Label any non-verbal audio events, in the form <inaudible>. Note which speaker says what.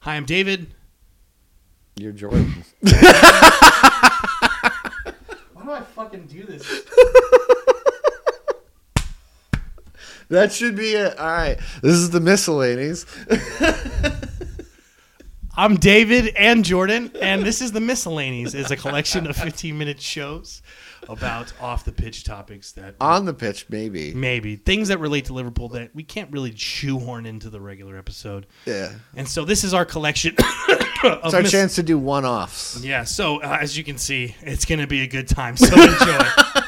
Speaker 1: Hi, I'm David.
Speaker 2: You're Jordan.
Speaker 1: Why do I fucking do this?
Speaker 2: <laughs> that should be it. All right. This is the miscellanies.
Speaker 1: I'm David and Jordan, and this is the Miscellanies. is a collection of 15 minute shows about off the pitch topics that
Speaker 2: On the pitch, maybe.
Speaker 1: maybe things that relate to Liverpool that we can't really shoehorn into the regular episode.
Speaker 2: Yeah.
Speaker 1: And so this is our collection. <coughs>
Speaker 2: It's
Speaker 1: of
Speaker 2: our
Speaker 1: mis-
Speaker 2: chance to do one offs.
Speaker 1: Yeah. So <laughs> uh, as you can see, it's going to be a good time. So enjoy.